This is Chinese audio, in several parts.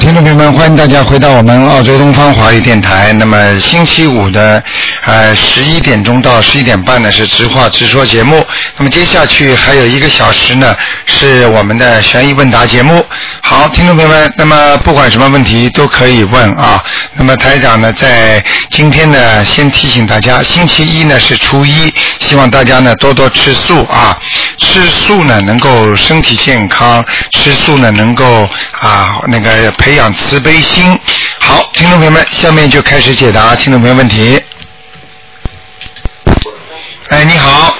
听众朋友们，欢迎大家回到我们澳洲东方华语电台。那么星期五的呃十一点钟到十一点半呢是直话直说节目。那么接下去还有一个小时呢是我们的悬疑问答节目。好，听众朋友们，那么不管什么问题都可以问啊。那么台长呢在今天呢先提醒大家，星期一呢是初一，希望大家呢多多吃素啊。吃素呢能够身体健康，吃素呢能够啊那个培养慈悲心。好，听众朋友们，下面就开始解答听众朋友问题。哎，你好，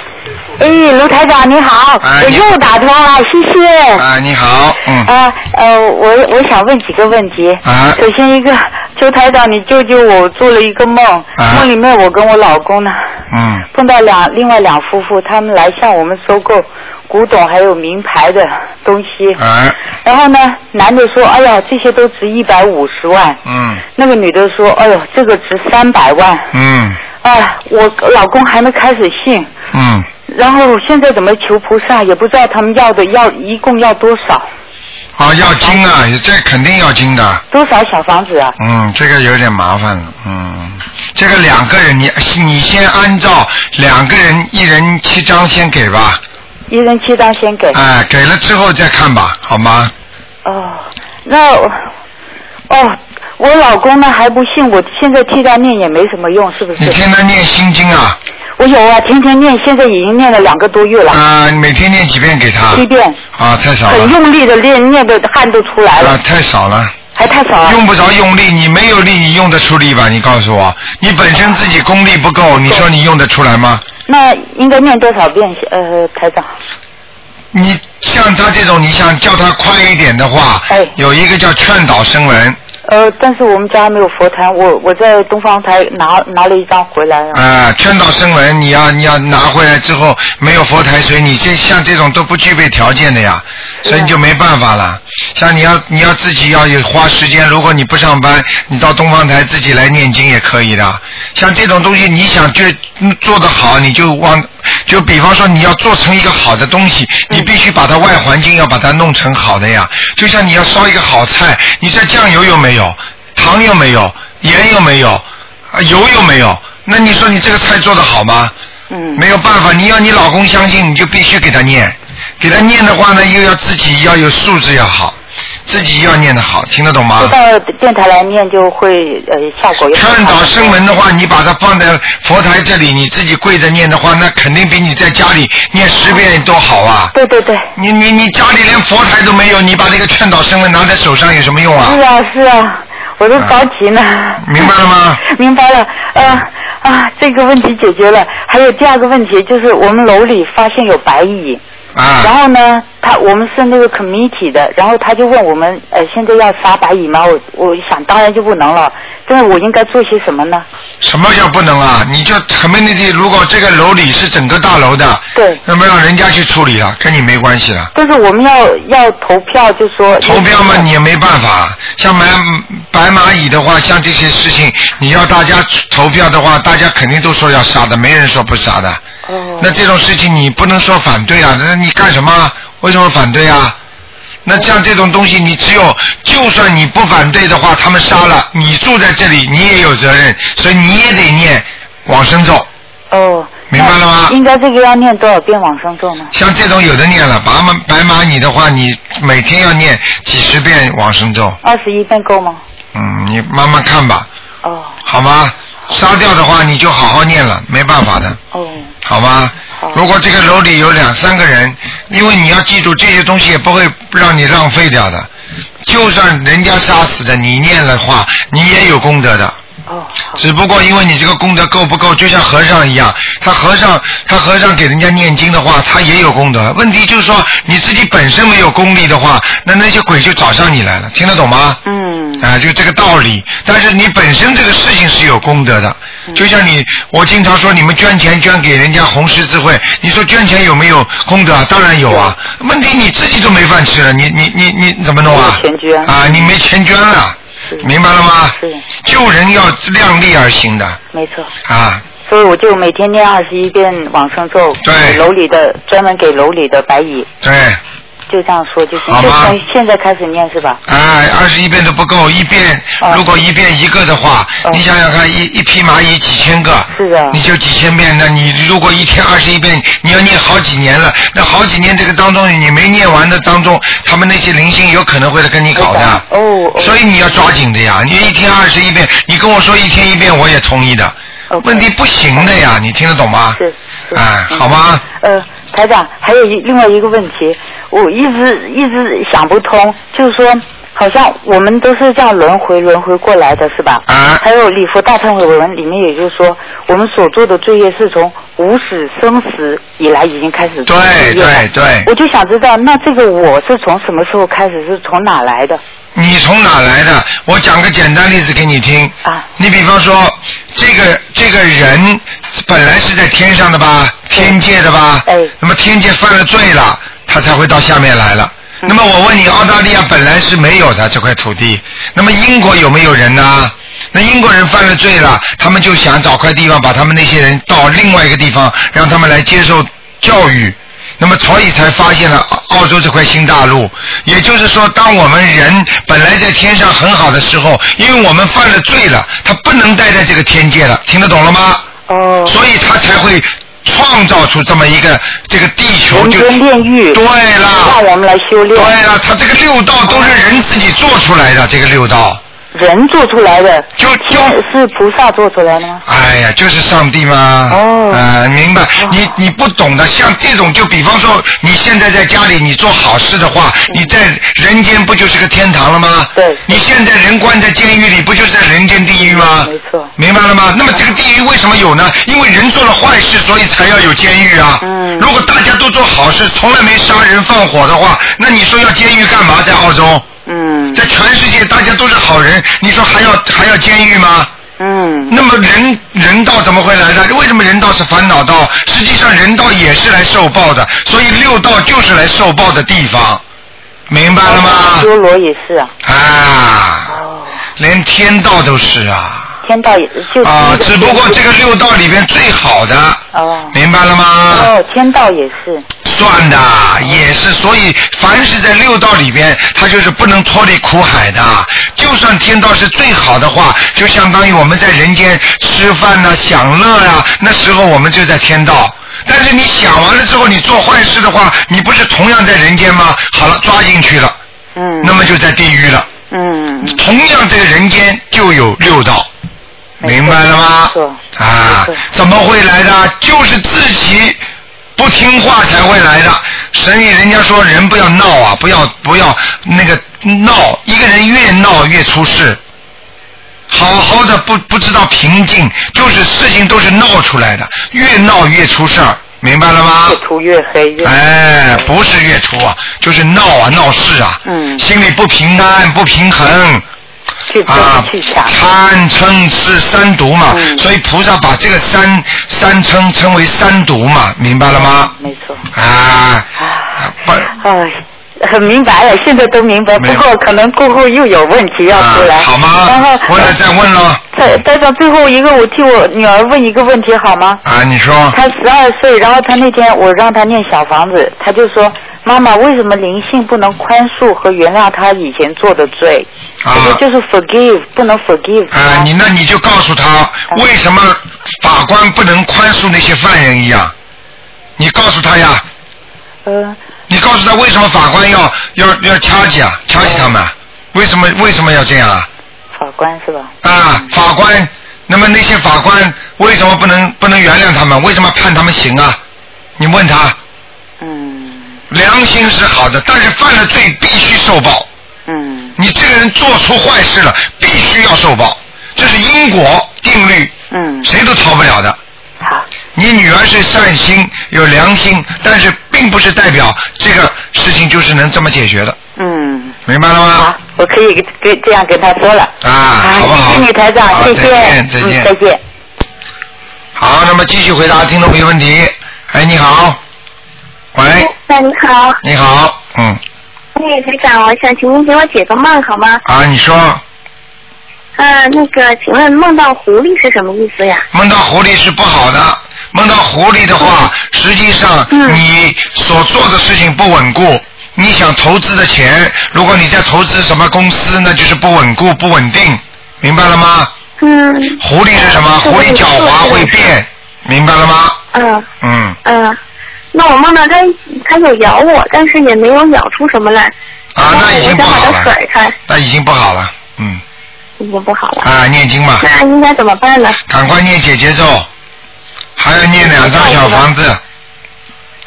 哎，卢台长你好，哎我你又打通了，谢谢。啊，你好，嗯，啊呃，我我想问几个问题。啊首先一个，周台长，你救救我！我做了一个梦，啊梦里面我跟我老公呢嗯，碰到两另外两夫妇，他们来向我们收购古董还有名牌的东西。啊，然后呢，男的说：“哎呀，这些都值一百五十万。嗯，”那个女的说：“哎呦，这个值三百万。嗯，”哎，我老公还没开始信，嗯，然后现在怎么求菩萨也不知道他们要的要一共要多少啊，要精啊，这肯定要精的，多少小房子啊？嗯，这个有点麻烦了，嗯，这个两个人你你先按照两个人一人七张先给吧，一人七张先给。哎、给了之后再看吧，好吗？哦，那我哦，我老公呢还不信，我现在替他念也没什么用，是不你是？天天念心经啊，我有啊，天天念，现在已经念了两个多月了，啊、每天念几遍给他，七遍，啊，太少很了，用力的念，念的汗都出来了，啊，太少了。还太少啊。用不着用力，你没有力，你用得出力吧？你告诉我，你本身自己功力不够，你说你用得出来吗？那应该念多少遍？呃，台长，你像他这种，你想叫他快一点的话，哎有一个叫劝导声闻，呃，但是我们家没有佛坛，我我在东方台拿拿了一张回来啊。啊，劝导声闻，你要你要拿回来之后没有佛台水，你这像这种都不具备条件的呀，所以你就没办法了。像你要你要自己要有花时间，如果你不上班，你到东方台自己来念经也可以的。像这种东西，你想就嗯做得好，你就往就比方说你要做成一个好的东西，你必须把它外环境要把它弄成好的呀。就像你要烧一个好菜，你这酱油有没有？糖有没有？盐有没有？啊，油有没有？那你说你这个菜做的好吗？嗯，没有办法，你要你老公相信，你就必须给他念。给他念的话呢，又要自己要有素质要好，自己要念得好，听得懂吗就？到电台来念就会呃效果也很好劝导声闻的话，你把它放在佛台这里，你自己跪着念的话，那肯定比你在家里念十遍都好啊。对对对，你你你家里连佛台都没有，你把这个劝导声闻拿在手上有什么用啊是？啊是啊，我都着急呢。明白了吗？ 嗯明白了，呃啊，这个问题解决了。还有第二个问题就是，我们楼里发现有白蚁，嗯然啊，后呢，他我们是那个 committee 的，然后他就问我们，呃，现在要杀白蚁吗？我我想当然就不能了，但是我应该做些什么呢？什么叫不能啊？你就 community 如果这个楼里是整个大楼的，对，那么让人家去处理了，跟你没关系了。但是我们要要投票，就说投标嘛，你也没办法。像买白蚂蚁的话，像这些事情，你要大家投票的话，大家肯定都说要杀的，没人说不杀的。哦那这种事情你不能说反对啊，那你干什么？为什么反对啊？那像这种东西，你只有就算你不反对的话，他们杀了你住在这里，你也有责任，所以你也得念往生咒。哦，明白了吗那应该这个要念多少遍往生咒呢？像这种有的念了，白蚂白蚂蚁的话，你每天要念几十遍往生咒。二十一遍够吗？嗯，你慢慢看吧，哦好吗？杀掉的话，你就好好念了，没办法的，哦好吗好？如果这个楼里有两三个人，因为你要记住，这些东西也不会让你浪费掉的。就算人家杀死的，你念的话，你也有功德的。哦好只不过因为你这个功德够不够，就像和尚一样，他和尚他和尚给人家念经的话，他也有功德。问题就是说你自己本身没有功力的话，那那些鬼就找上你来了，听得懂吗？嗯啊，就这个道理。但是你本身这个事情是有功德的，嗯就像你，我经常说你们捐钱捐给人家红十字会，你说捐钱有没有功德啊？当然有啊。问题你自己都没饭吃了，你你你你怎么弄啊？没钱捐啊，你没钱捐了是，明白了吗？是救人要量力而行的没错。啊。所以我就每天念二十一遍往生咒，对楼里的专门给楼里的白蚁。对，就这样说，就是好就吗从现在开始念是吧？哎，二十一遍都不够，一遍、哦如果一遍一个的话，哦你想想看，一一匹蚂蚁几千个，是的你就几千遍，那你如果一天二十一遍，你要念好几年了，那好几年这个当中你没念完的当中，他们那些灵性有可能会来跟你搞的，啊哦哦所以你要抓紧的呀，你一天二十一遍，你跟我说一天一遍，我也同意的哦 OK 问题不行的呀，你听得懂吗？是是哎，嗯好吗？呃，台长，还有一另外一个问题，我一直一直想不通，就是说，好像我们都是这样轮回轮回过来的，是吧？啊还有《礼佛大忏悔文》里面也就是说，我们所做的罪业是从无始生死以来已经开始做的对罪业了对对我就想知道，那这个我是从什么时候开始，是从哪来的你从哪来的？我讲个简单例子给你听。啊？你比方说，这个这个人本来是在天上的吧，天界的吧，哎那么天界犯了罪了，他才会到下面来了。嗯 那么我问你，澳大利亚本来是没有的这块土地，那么英国有没有人呢？那英国人犯了罪了，他们就想找块地方把他们那些人到另外一个地方，让他们来接受教育。那么，所以才发现了澳澳洲这块新大陆。也就是说，当我们人本来在天上很好的时候，因为我们犯了罪了，他不能待在这个天界了，听得懂了吗？哦，所以他才会创造出这么一个这个地球人就间炼狱，对让了，我们来修炼，对了，他这个六道都是人自己做出来的，这个六道人做出来的，就就天是菩萨做出来的吗？哎呀，就是上帝嘛。哦呃，明白。哦你你不懂的，像这种，就比方说，你现在在家里，你做好事的话，你在人间不就是个天堂了吗？嗯对你现在人关在监狱里，不就是在人间地狱吗？没错明白了吗？那么这个地狱为什么有呢？因为人做了坏事，所以才要有监狱啊。嗯如果大家都做好事，从来没杀人放火的话，那你说要监狱干嘛？在澳洲，嗯在全世界大家都是好人，你说还要还要监狱吗？嗯，那么人人道怎么会来的？为什么人道是烦恼道？实际上人道也是来受报的，所以六道就是来受报的地方，明白了吗？修罗也是啊。啊，哦，连天道都是啊，天道也就啊，是只不过这个六道里边最好的，哦明白了吗？哦，天道也是算的也是，所以凡是在六道里边，他就是不能脱离苦海的。就算天道是最好的话，就相当于我们在人间吃饭呐、享乐呀、那时候我们就在天道。但是你想完了之后，你做坏事的话，你不是同样在人间吗？好了，抓进去了，嗯那么就在地狱了。嗯嗯同样，这个人间就有六道，没错明白了吗没错？啊没错，怎么会来的？就是自己不听话才会来的。所以人家说人不要闹啊，不要不要那个闹，一个人越闹越出事。好好的不不知道平静，就是事情都是闹出来的，越闹越出事儿，明白了吗？越涂越黑越啊哎，不是月初啊，就是闹啊闹事啊，嗯心里不平安不平衡去争 啊，去抢，贪嗔痴三毒嘛，嗯所以菩萨把这个三三嗔称为三毒嘛，明白了吗？没错啊，啊，不，哎。很明白了，现在都明白，不没有过可能过后又有问题要啊出来。好然吗后？呃我得再问了再再长最后一个，我替我女儿问一个问题好吗？啊，你说他十二岁，然后他那天我让他念小房子，他就说：“妈妈，为什么灵性不能宽恕和原谅他以前做的罪？啊也就是 forgive，不能 forgive 他。啊，你那你就告诉他嗯为什么法官不能宽恕那些犯人一样，你告诉他呀，呃，你告诉他为什么法官要要要掐起啊，掐起他们啊？为什么为什么要这样啊？法官是吧？啊，法官，那么那些法官为什么不能不能原谅他们？为什么判他们刑啊？你问他，嗯良心是好的，但是犯了罪必须受报。嗯你这个人做出坏事了，必须要受报，这是因果定律，嗯，谁都逃不了的。好，你女儿是善心有良心，但是并不是代表这个事情就是能这么解决的，嗯明白了吗？好，我可以跟这样跟他说了。啊，啊好不好？谢谢你台长，好谢再谢，见，再嗯，再见。见。好，那么继续回答听众朋友问题。哎，你好，喂，那哎你好，你好，嗯，那台长，我想请您给我解个梦好吗？啊，你说啊，那个，请问梦到狐狸是什么意思呀？梦到狐狸是不好的，梦到狐狸的话，实际上哦嗯你所做的事情不稳固，你想投资的钱，如果你在投资什么公司，那就是不稳固、不稳定，明白了吗？嗯狐狸是什么？是狐不狸是狡猾会变，明白了吗？嗯嗯，嗯，那我梦到它它有咬我，但是也没有咬出什么来。啊，那已经不好哦我想把它了甩开，那已经不好了，嗯，已经不好了。啊，念经吧，那应该怎么办呢？赶快念姐姐咒，还要念两张小房子，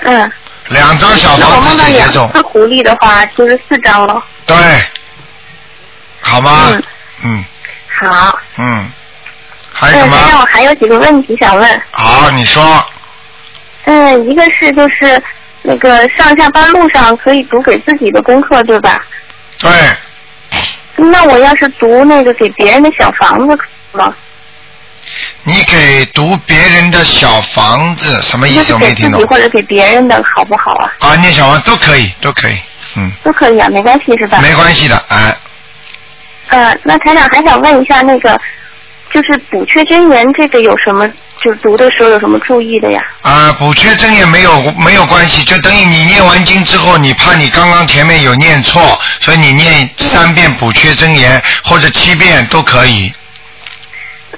嗯，两张小那我房梦子到姐姐两咒，只狐狸的话，就是四张了。对，好吗？嗯嗯好，嗯，还有什嗯，台长，么？我还有几个问题想问。好，你说，嗯，一个是就是那个上下班路上可以读给自己的功课，对吧？对，那我要是读那个给别人的小房子可以吗？你给读别人的小房子什么意就思？是我给没自听懂己。或者给别人的好不好啊？啊，念小房子都可以，都可以，嗯，都可以啊，没关系是吧？没关系的，哎，呃，那台长还想问一下，那个就是补缺真言这个有什么，就是读的时候有什么注意的呀？啊，补缺真言没有没有关系，就等于你念完经之后，你怕你刚刚前面有念错，所以你念三遍补缺真言或者七遍都可以。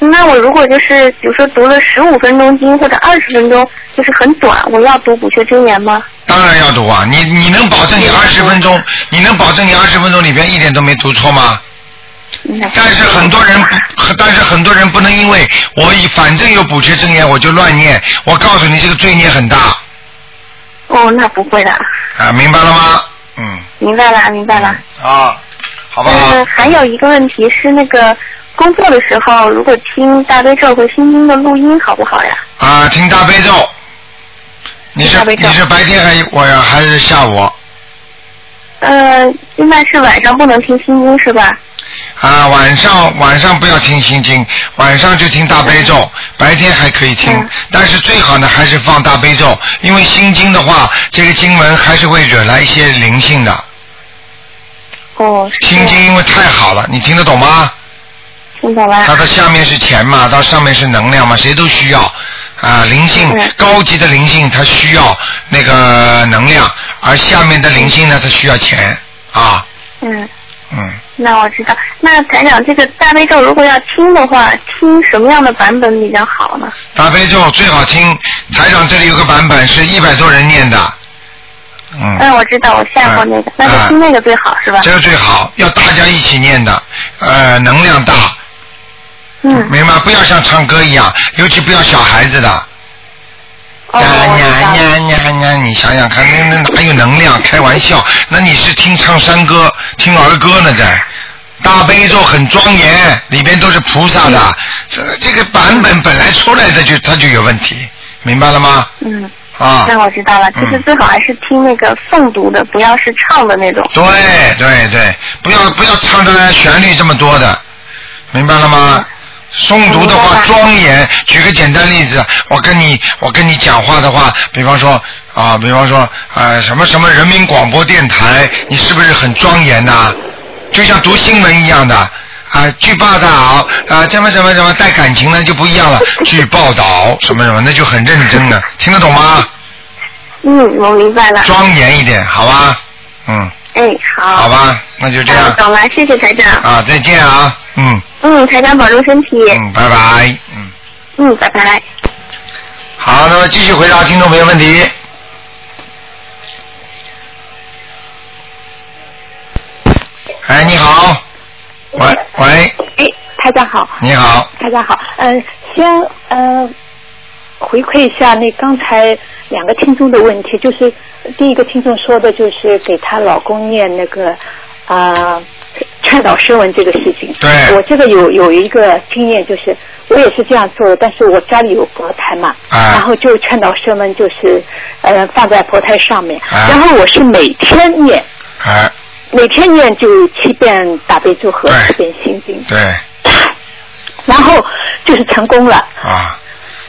那我如果就是比如说读了十五分钟经或者二十分钟，就是很短，我要读补缺真言吗？当然要读啊，你你能保证你二十分钟，你能保证你二十分钟里边一点都没读错吗？嗯但是很多人不，但是很多人不能因为我以反正有补缺真言我就乱念，我告诉你这个罪孽很大哦，那不会的，啊，明白了吗？嗯，明白了，明白了。啊，好不好？嗯，还有一个问题是，那个工作的时候，如果听大悲咒和心经的录音，好不好呀？啊，听大悲咒。你听是大悲咒你是白天还我呀还是下午呃，现在是晚上不能听心经是吧？啊？晚上晚上不要听心经，晚上就听大悲咒，白天还可以听，嗯但是最好呢还是放大悲咒，因为心经的话，这个经文还是会惹来一些灵性的。哦，是心经因为太好了，你听得懂吗？听懂了它。的下面是钱嘛，到上面是能量嘛，谁都需要啊。灵性嗯高级的灵性，它需要那个能量，而下面的灵性呢，它需要钱啊。嗯，嗯，那我知道。那台长，这个大悲咒如果要听的话，听什么样的版本比较好呢？大悲咒最好听。台长这里有个版本是一百多人念的，嗯，嗯，我知道，我下过那个，那就听那个最好是吧？这个最好，要大家一起念的，呃，能量大，嗯，明白？不要像唱歌一样，尤其不要小孩子的。哦，呀我知呀道了。呀呀呀！你想想看，那那哪有能量？开玩笑，那你是听唱山歌、听儿歌呢在？大悲咒很庄严，里边都是菩萨嗯的。这这个版本本来出来的就它就有问题，明白了吗？嗯，啊，那我知道了。其实嗯最好还是听那个诵读的，不要是唱的那种。对对对，不要不要唱的旋律这么多的，明白了吗？诵读的话明白庄严，举个简单例子，我跟你我跟你讲话的话，比方说啊，比方说呃什么什么人民广播电台，你是不是很庄严呐、就像读新闻一样的啊，据报道啊，什么什么什么带感情呢就不一样 了，据报道什么什么那就很认真了，听得懂吗？嗯，我明白了。庄严一点，好吧？嗯，哎，好。好吧，那就这样。嗯懂了，谢谢台长。啊，再见啊，嗯嗯，台长保重身体。嗯，拜拜，嗯，嗯，拜拜。好，那么继续回答听众朋友问题。哎，你好，喂喂，哎，台长好，你好，台长好，嗯、先呃回馈一下那刚才两个听众的问题，就是第一个听众说的就是给她老公念那个啊劝导声文这个事情，对我这个有有一个经验，就是我也是这样做的，但是我家里有佛台嘛，啊然后就劝导声文就是呃放在佛台上面，啊然后我是每天念，哎，每天念就七遍大悲咒和对七遍心经。对然后就是成功了。啊，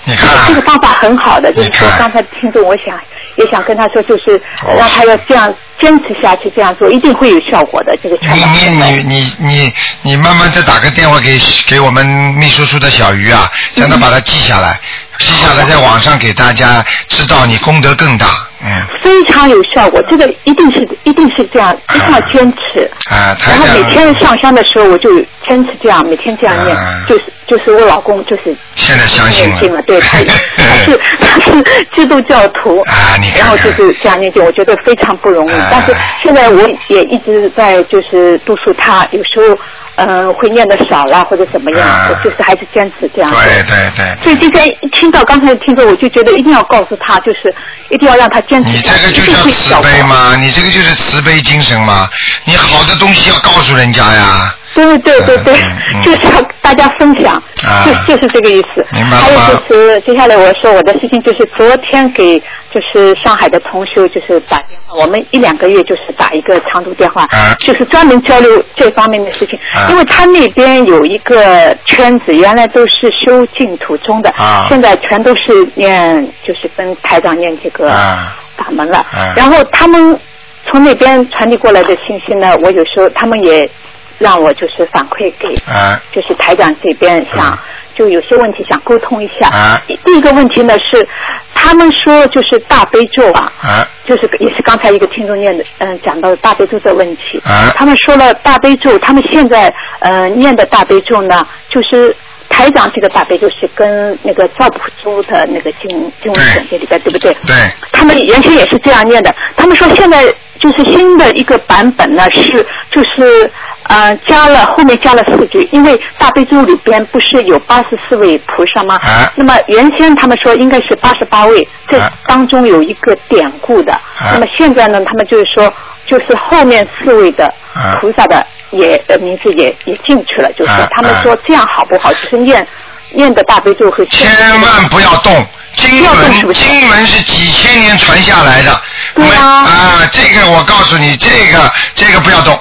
你看啊这个方法很好的，就你是说看刚才听众，我想也想跟他说，就是哦让他要这样坚持下去，这样做一定会有效果的。这个全你你你你你嗯你慢慢再打个电话给给我们秘书处的小鱼啊，让他把它记下来。写下来在网上给大家知道，你功德更大。嗯，非常有效果，这个一定是一定是这样，一定要坚持。啊，台然后长每。天上香的时候，我就坚持这样，每天这样念啊，就是就是我老公就是现在相信念了。经了，对 他他是他是 基督教徒，啊， 你看看然后就是这样念经，我觉得非常不容易啊。但是现在我也一直在就是呃督促他，有时候嗯、呃会念的少啦或者怎么样，啊我就是还是坚持这样。对对对。所以今天一听到刚才听着，我就觉得一定要告诉他，就是一定要让他坚持你下这个去，就一定叫会慈效果悲。吗？你这个就是慈悲精神嘛。你好的东西要告诉人家呀。对对对对嗯嗯，就是要大家分享，啊就就是这个意思。明白了还有吗就是，接下来我说我的事情，就是昨天给就是上海的同修就是打电话，我们一两个月就是打一个长途电话，啊就是专门交流这方面的事情。啊因为他那边有一个圈子，原来都是修净土宗的，啊现在全都是念就是跟台长念这个。啊法门了。嗯然后他们从那边传递过来的信息呢，我有时候他们也让我就是反馈给，啊就是台长这边想、嗯就有些问题想沟通一下。啊第一个问题呢是，他们说就是大悲咒啊。啊就是也是刚才一个听众念的，嗯，讲到大悲咒的问题。啊他们说了大悲咒，他们现在呃念的大悲咒呢，就是台长这个大悲咒是跟那个赵朴珠的那个经经文选这里边对不对？对他们原先也是这样念的，他们说现在就是新的一个版本呢，是就是呃加了后面加了四句，因为大悲咒里边不是有八十四位菩萨吗？啊那么原先他们说应该是八十八位，这啊当中有一个典故的。那么现在呢，他们就是说，就是后面四位的啊菩萨的也、呃名字也也进去了，就是、啊他们说啊这样好不好？就是念念的大悲咒和现在千万不要动。经不要动是文不是经文是几千年传下来的，对啊没啊，这个我告诉你，这个这个不要动，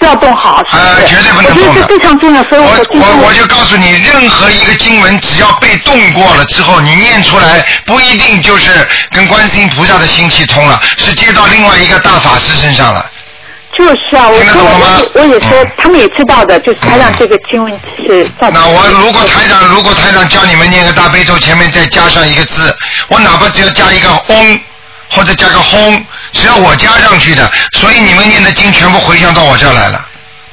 不要动好，是啊不是？绝对不能我觉动得的这非常重要，所以我说今天我我就告诉你，任何一个经文只要被动过了之后，你念出来不一定就是跟观世音菩萨的心气通了，是接到另外一个大法师身上了。就是啊，我听得说懂了吗我我也说嗯，他们也知道的，就是台长这个经文是在。那我如果台长如果台长教你们念个大悲咒，前面再加上一个字，我哪怕只要加一个嗡，或者加个轰，只要我加上去的，所以你们念的经全部回向到我这儿来了。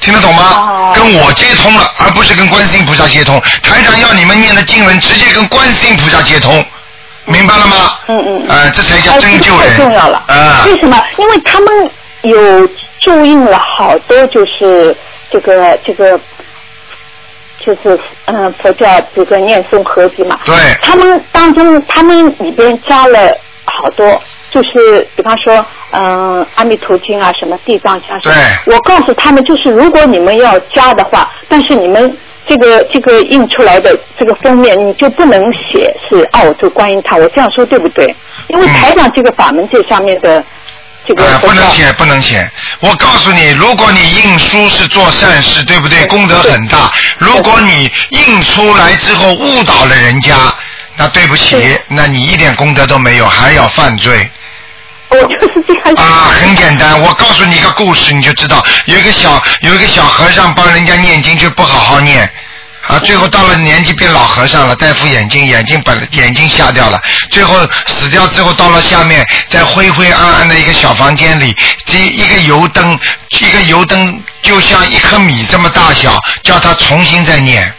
听得懂吗哦？跟我接通了，而不是跟观世音菩萨接通。台长要你们念的经文，直接跟观世音菩萨接通，明白了吗？嗯嗯嗯呃，这才叫哎，真这救个人。太重要了。啊为什么？因为他们有注印了好多，就是这个这个，就是嗯佛教这个念诵合集嘛。对他们当中，他们里边加了好多，就是比方说，嗯，《阿弥陀经》啊，什么《地藏经》啊。什么对我告诉他们，就是如果你们要加的话，但是你们。这个这个印出来的这个封面，你就不能写是澳洲观音堂，我这样说对不对？因嗯为台长这个法门这上面的这个呃，佛不能教写，不能写。我告诉你，如果你印书是做善事，对不对？功德很大。如果你印出来之后误导了人家，那对不起对，那你一点功德都没有，还要犯罪我哦就是这样。啊！很简单，我告诉你一个故事，你就知道。有一个小有一个小和尚帮人家念经，却不好好念。啊，最后到了年纪变老和尚了，戴副眼镜，眼镜本眼睛瞎掉了，最后死掉之后到了下面，在灰灰暗暗的一个小房间里，这一个油灯，一个油灯就像一颗米这么大小，叫他重新再念，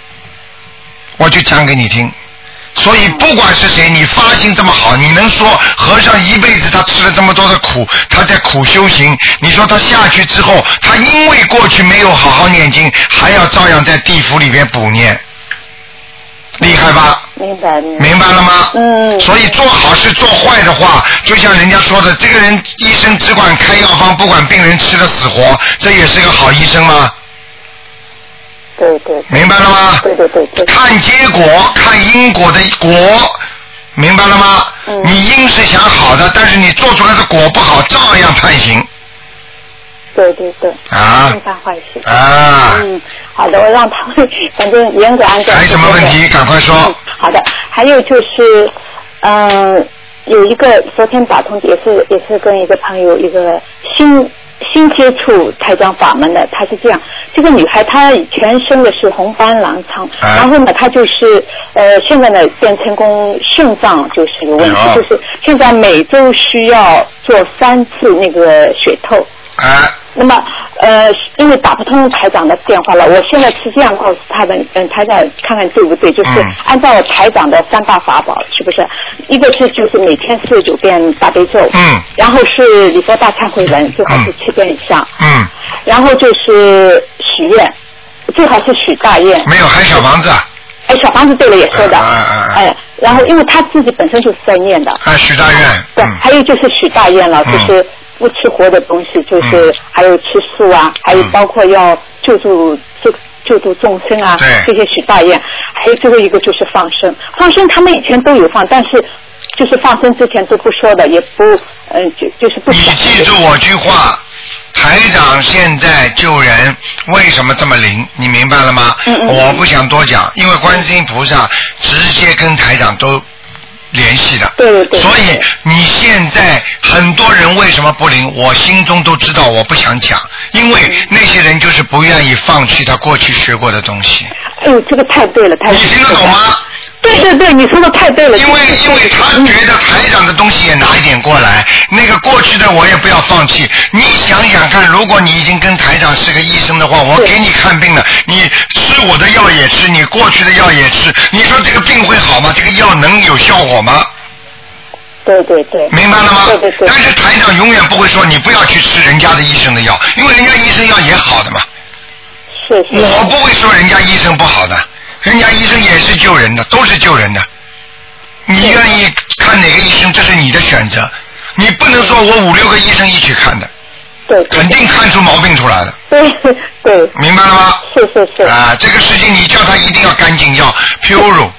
我就讲给你听。所以不管是谁，你发心这么好，你能说和尚一辈子他吃了这么多的苦，他在苦修行，你说他下去之后，他因为过去没有好好念经，还要照样在地府里面补念，厉害吧？明白明白。明白了吗？嗯所以做好事做坏的话，就像人家说的，这个人医生只管开药方，不管病人吃的死活，这也是个好医生吗？对对明白了吗？对对对对。看结果，看因果的果，明白了吗？嗯你因是想好的，但是你做出来的果不好，照样判刑对对对。啊正犯坏事。啊！嗯，好的，我让他们 反正严格按照。还有什么问题？？赶快说嗯，好的，还有就是，呃嗯、有一个昨天打通也是也是跟一个朋友一个新新接触台长法门的，她是这样。这个女孩她以前生的是红斑狼疮，啊然后呢，她就是呃，现在呢变成功肾脏就是有问题哎，呦就是现在每周需要做三次那个血透。啊，那么，呃，因为打不通台长的电话了，我现在是这样告诉他们，嗯，台长看看对不对，就是嗯按照台长的三大法宝，是不是？一个是就是每天四十九遍大悲咒，嗯然后是礼佛大忏悔文，最好是七遍以上，嗯，然后就是许愿，最好是许大愿，没有，还小房子啊，哎，小房子对了也说的，啊啊啊啊哎，然后因为他自己本身就是在念的，啊许大愿，对，嗯还有就是许大愿了，嗯就是不吃活的东西，就是嗯还有吃素啊，还有包括要救助救救助众生啊对，这些许大愿。还有最后一个就是放生，放生他们以前都有放，但是就是放生之前都不说的，也不嗯、就就是不你想。记住我句话，台长现在救人为什么这么灵？你明白了吗？嗯嗯我不想多讲，因为观世音菩萨直接跟台长都联系的。对对对所以你现在很多人为什么不灵？我心中都知道，我不想讲，因嗯为那些人就是不愿意放弃他过去学过的东西。哎呦，这个太对了，太你听得懂吗？对对对，你说的太对了。嗯因为因为他觉得台长的东西也拿一点过来，那个过去的我也不要放弃。你想想看，如果你已经跟台长是个医生的话，我对给你看病了，你吃我的药也吃，你过去的药也吃，你说这个病会好吗？这个药能有效果吗？对对对，明白了吗？对对对但，是台长永远不会说你不要去吃人家的医生的药，因为人家医生药也好的嘛。是是。我不会说人家医生不好的，人家医生也是救人的，都是救人的。你愿意看哪个医生，这是你的选择。你不能说我五六个医生一起看的，对对肯定看出毛病出来的，对对，明白了吗？是是是。啊，这个事情你叫他一定要干净，要 pure。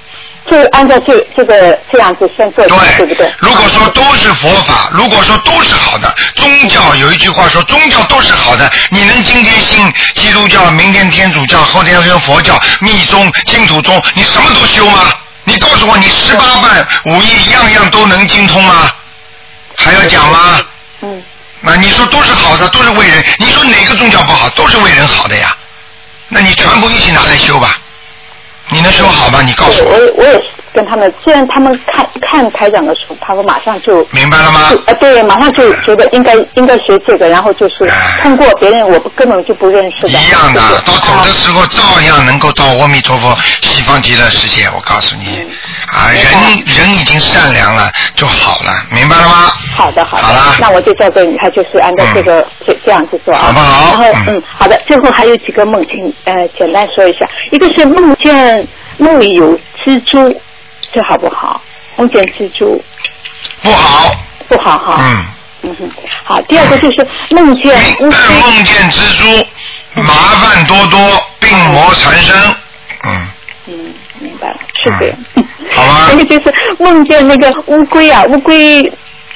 就按照这这个这样子先做，对不对？如果说都是佛法，如果说都是好的，宗教有一句话说宗教都是好的，你能今天信基督教，明天天主教，后天信佛教、密宗、净土宗，你什么都修吗？你告诉我，你十八般武艺样样都能精通吗？还要讲吗？嗯，那你说都是好的，都是为人，你说哪个宗教不好？都是为人好的呀。那你全部一起拿来修吧，你能修好吗？你告诉对，我我，也我也是跟他们，虽然他们看看台长的书，他们马上就。明白了吗？就呃，对，马上就觉得应该应该学这个，然后就是哎通过别人我不根本就不啊认识的，一样就的，是到走的时候照样能够到阿弥陀佛西方极乐世界。我告诉你，啊，人人已经善良了就好了，明白了吗？好的，好的，好啦嗯那我就叫这个女孩，就是按照这个、这这样子做啊，好不好然后嗯嗯好的。最后还有几个梦，请呃简单说一下。一个是梦见梦里有蜘蛛，这好不好？梦见蜘蛛不好，不好哈。嗯，嗯哼，好。第二个就是梦见乌但龟，梦见蜘蛛，麻烦多多，病魔缠身，嗯，嗯，明白了，是这样。好吧还有就是梦见那个乌龟啊，乌龟，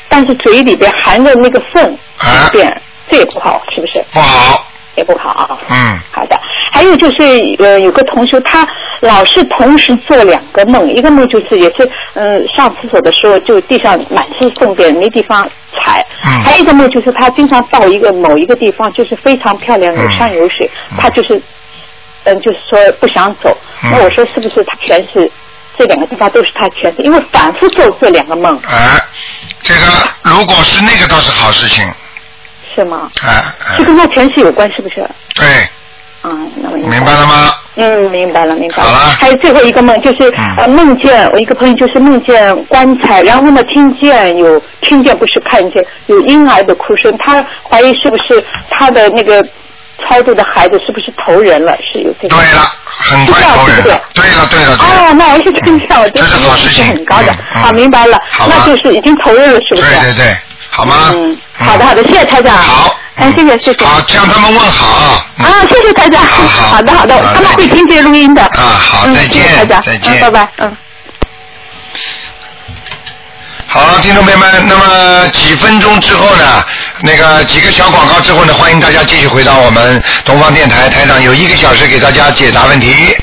但是嘴里边含着那个粪啊便，这也不好，是不是？不好，也不好啊。嗯，好的，还有就是呃，有个同学他老是同时做两个梦，一个梦就是也是嗯、呃上厕所的时候就地上满是粪便没地方踩，嗯还有一个梦就是他经常到一个某一个地方就是非常漂亮有嗯山有水，嗯他就是嗯、就是说不想走，嗯那我说是不是他全是这两个地方都是他全是，因为反复做这两个梦哎，这个如果是那个倒是好事情，是吗？哎哎这，跟他前世有关是不是？对，嗯，那我明白明白了吗？嗯，明白了，明白了。好了还有最后一个梦，就是、嗯呃，梦见我一个朋友就是梦见棺材，然后呢，听见有听见不是看见有婴儿的哭声，他怀疑是不是他的那个超度的孩子是不是投人了，是有这个。对了，很快投人了，对了对了对了。哦，那我是真相，我这是好事情很高的。嗯嗯好，明白了，好吧那就是已经投入了，是不是？对对对，好吗？嗯，好的好的，谢谢台长。好，哎，谢谢谢谢。好，向他们问好。嗯啊，谢谢台长。好好的好的好，他们会听这个录音的。啊好嗯再见谢谢台长，再见嗯拜拜，嗯。好了，听众朋友们，那么几分钟之后呢，那个几个小广告之后呢，欢迎大家继续回到我们东方电台台长，有一个小时给大家解答问题。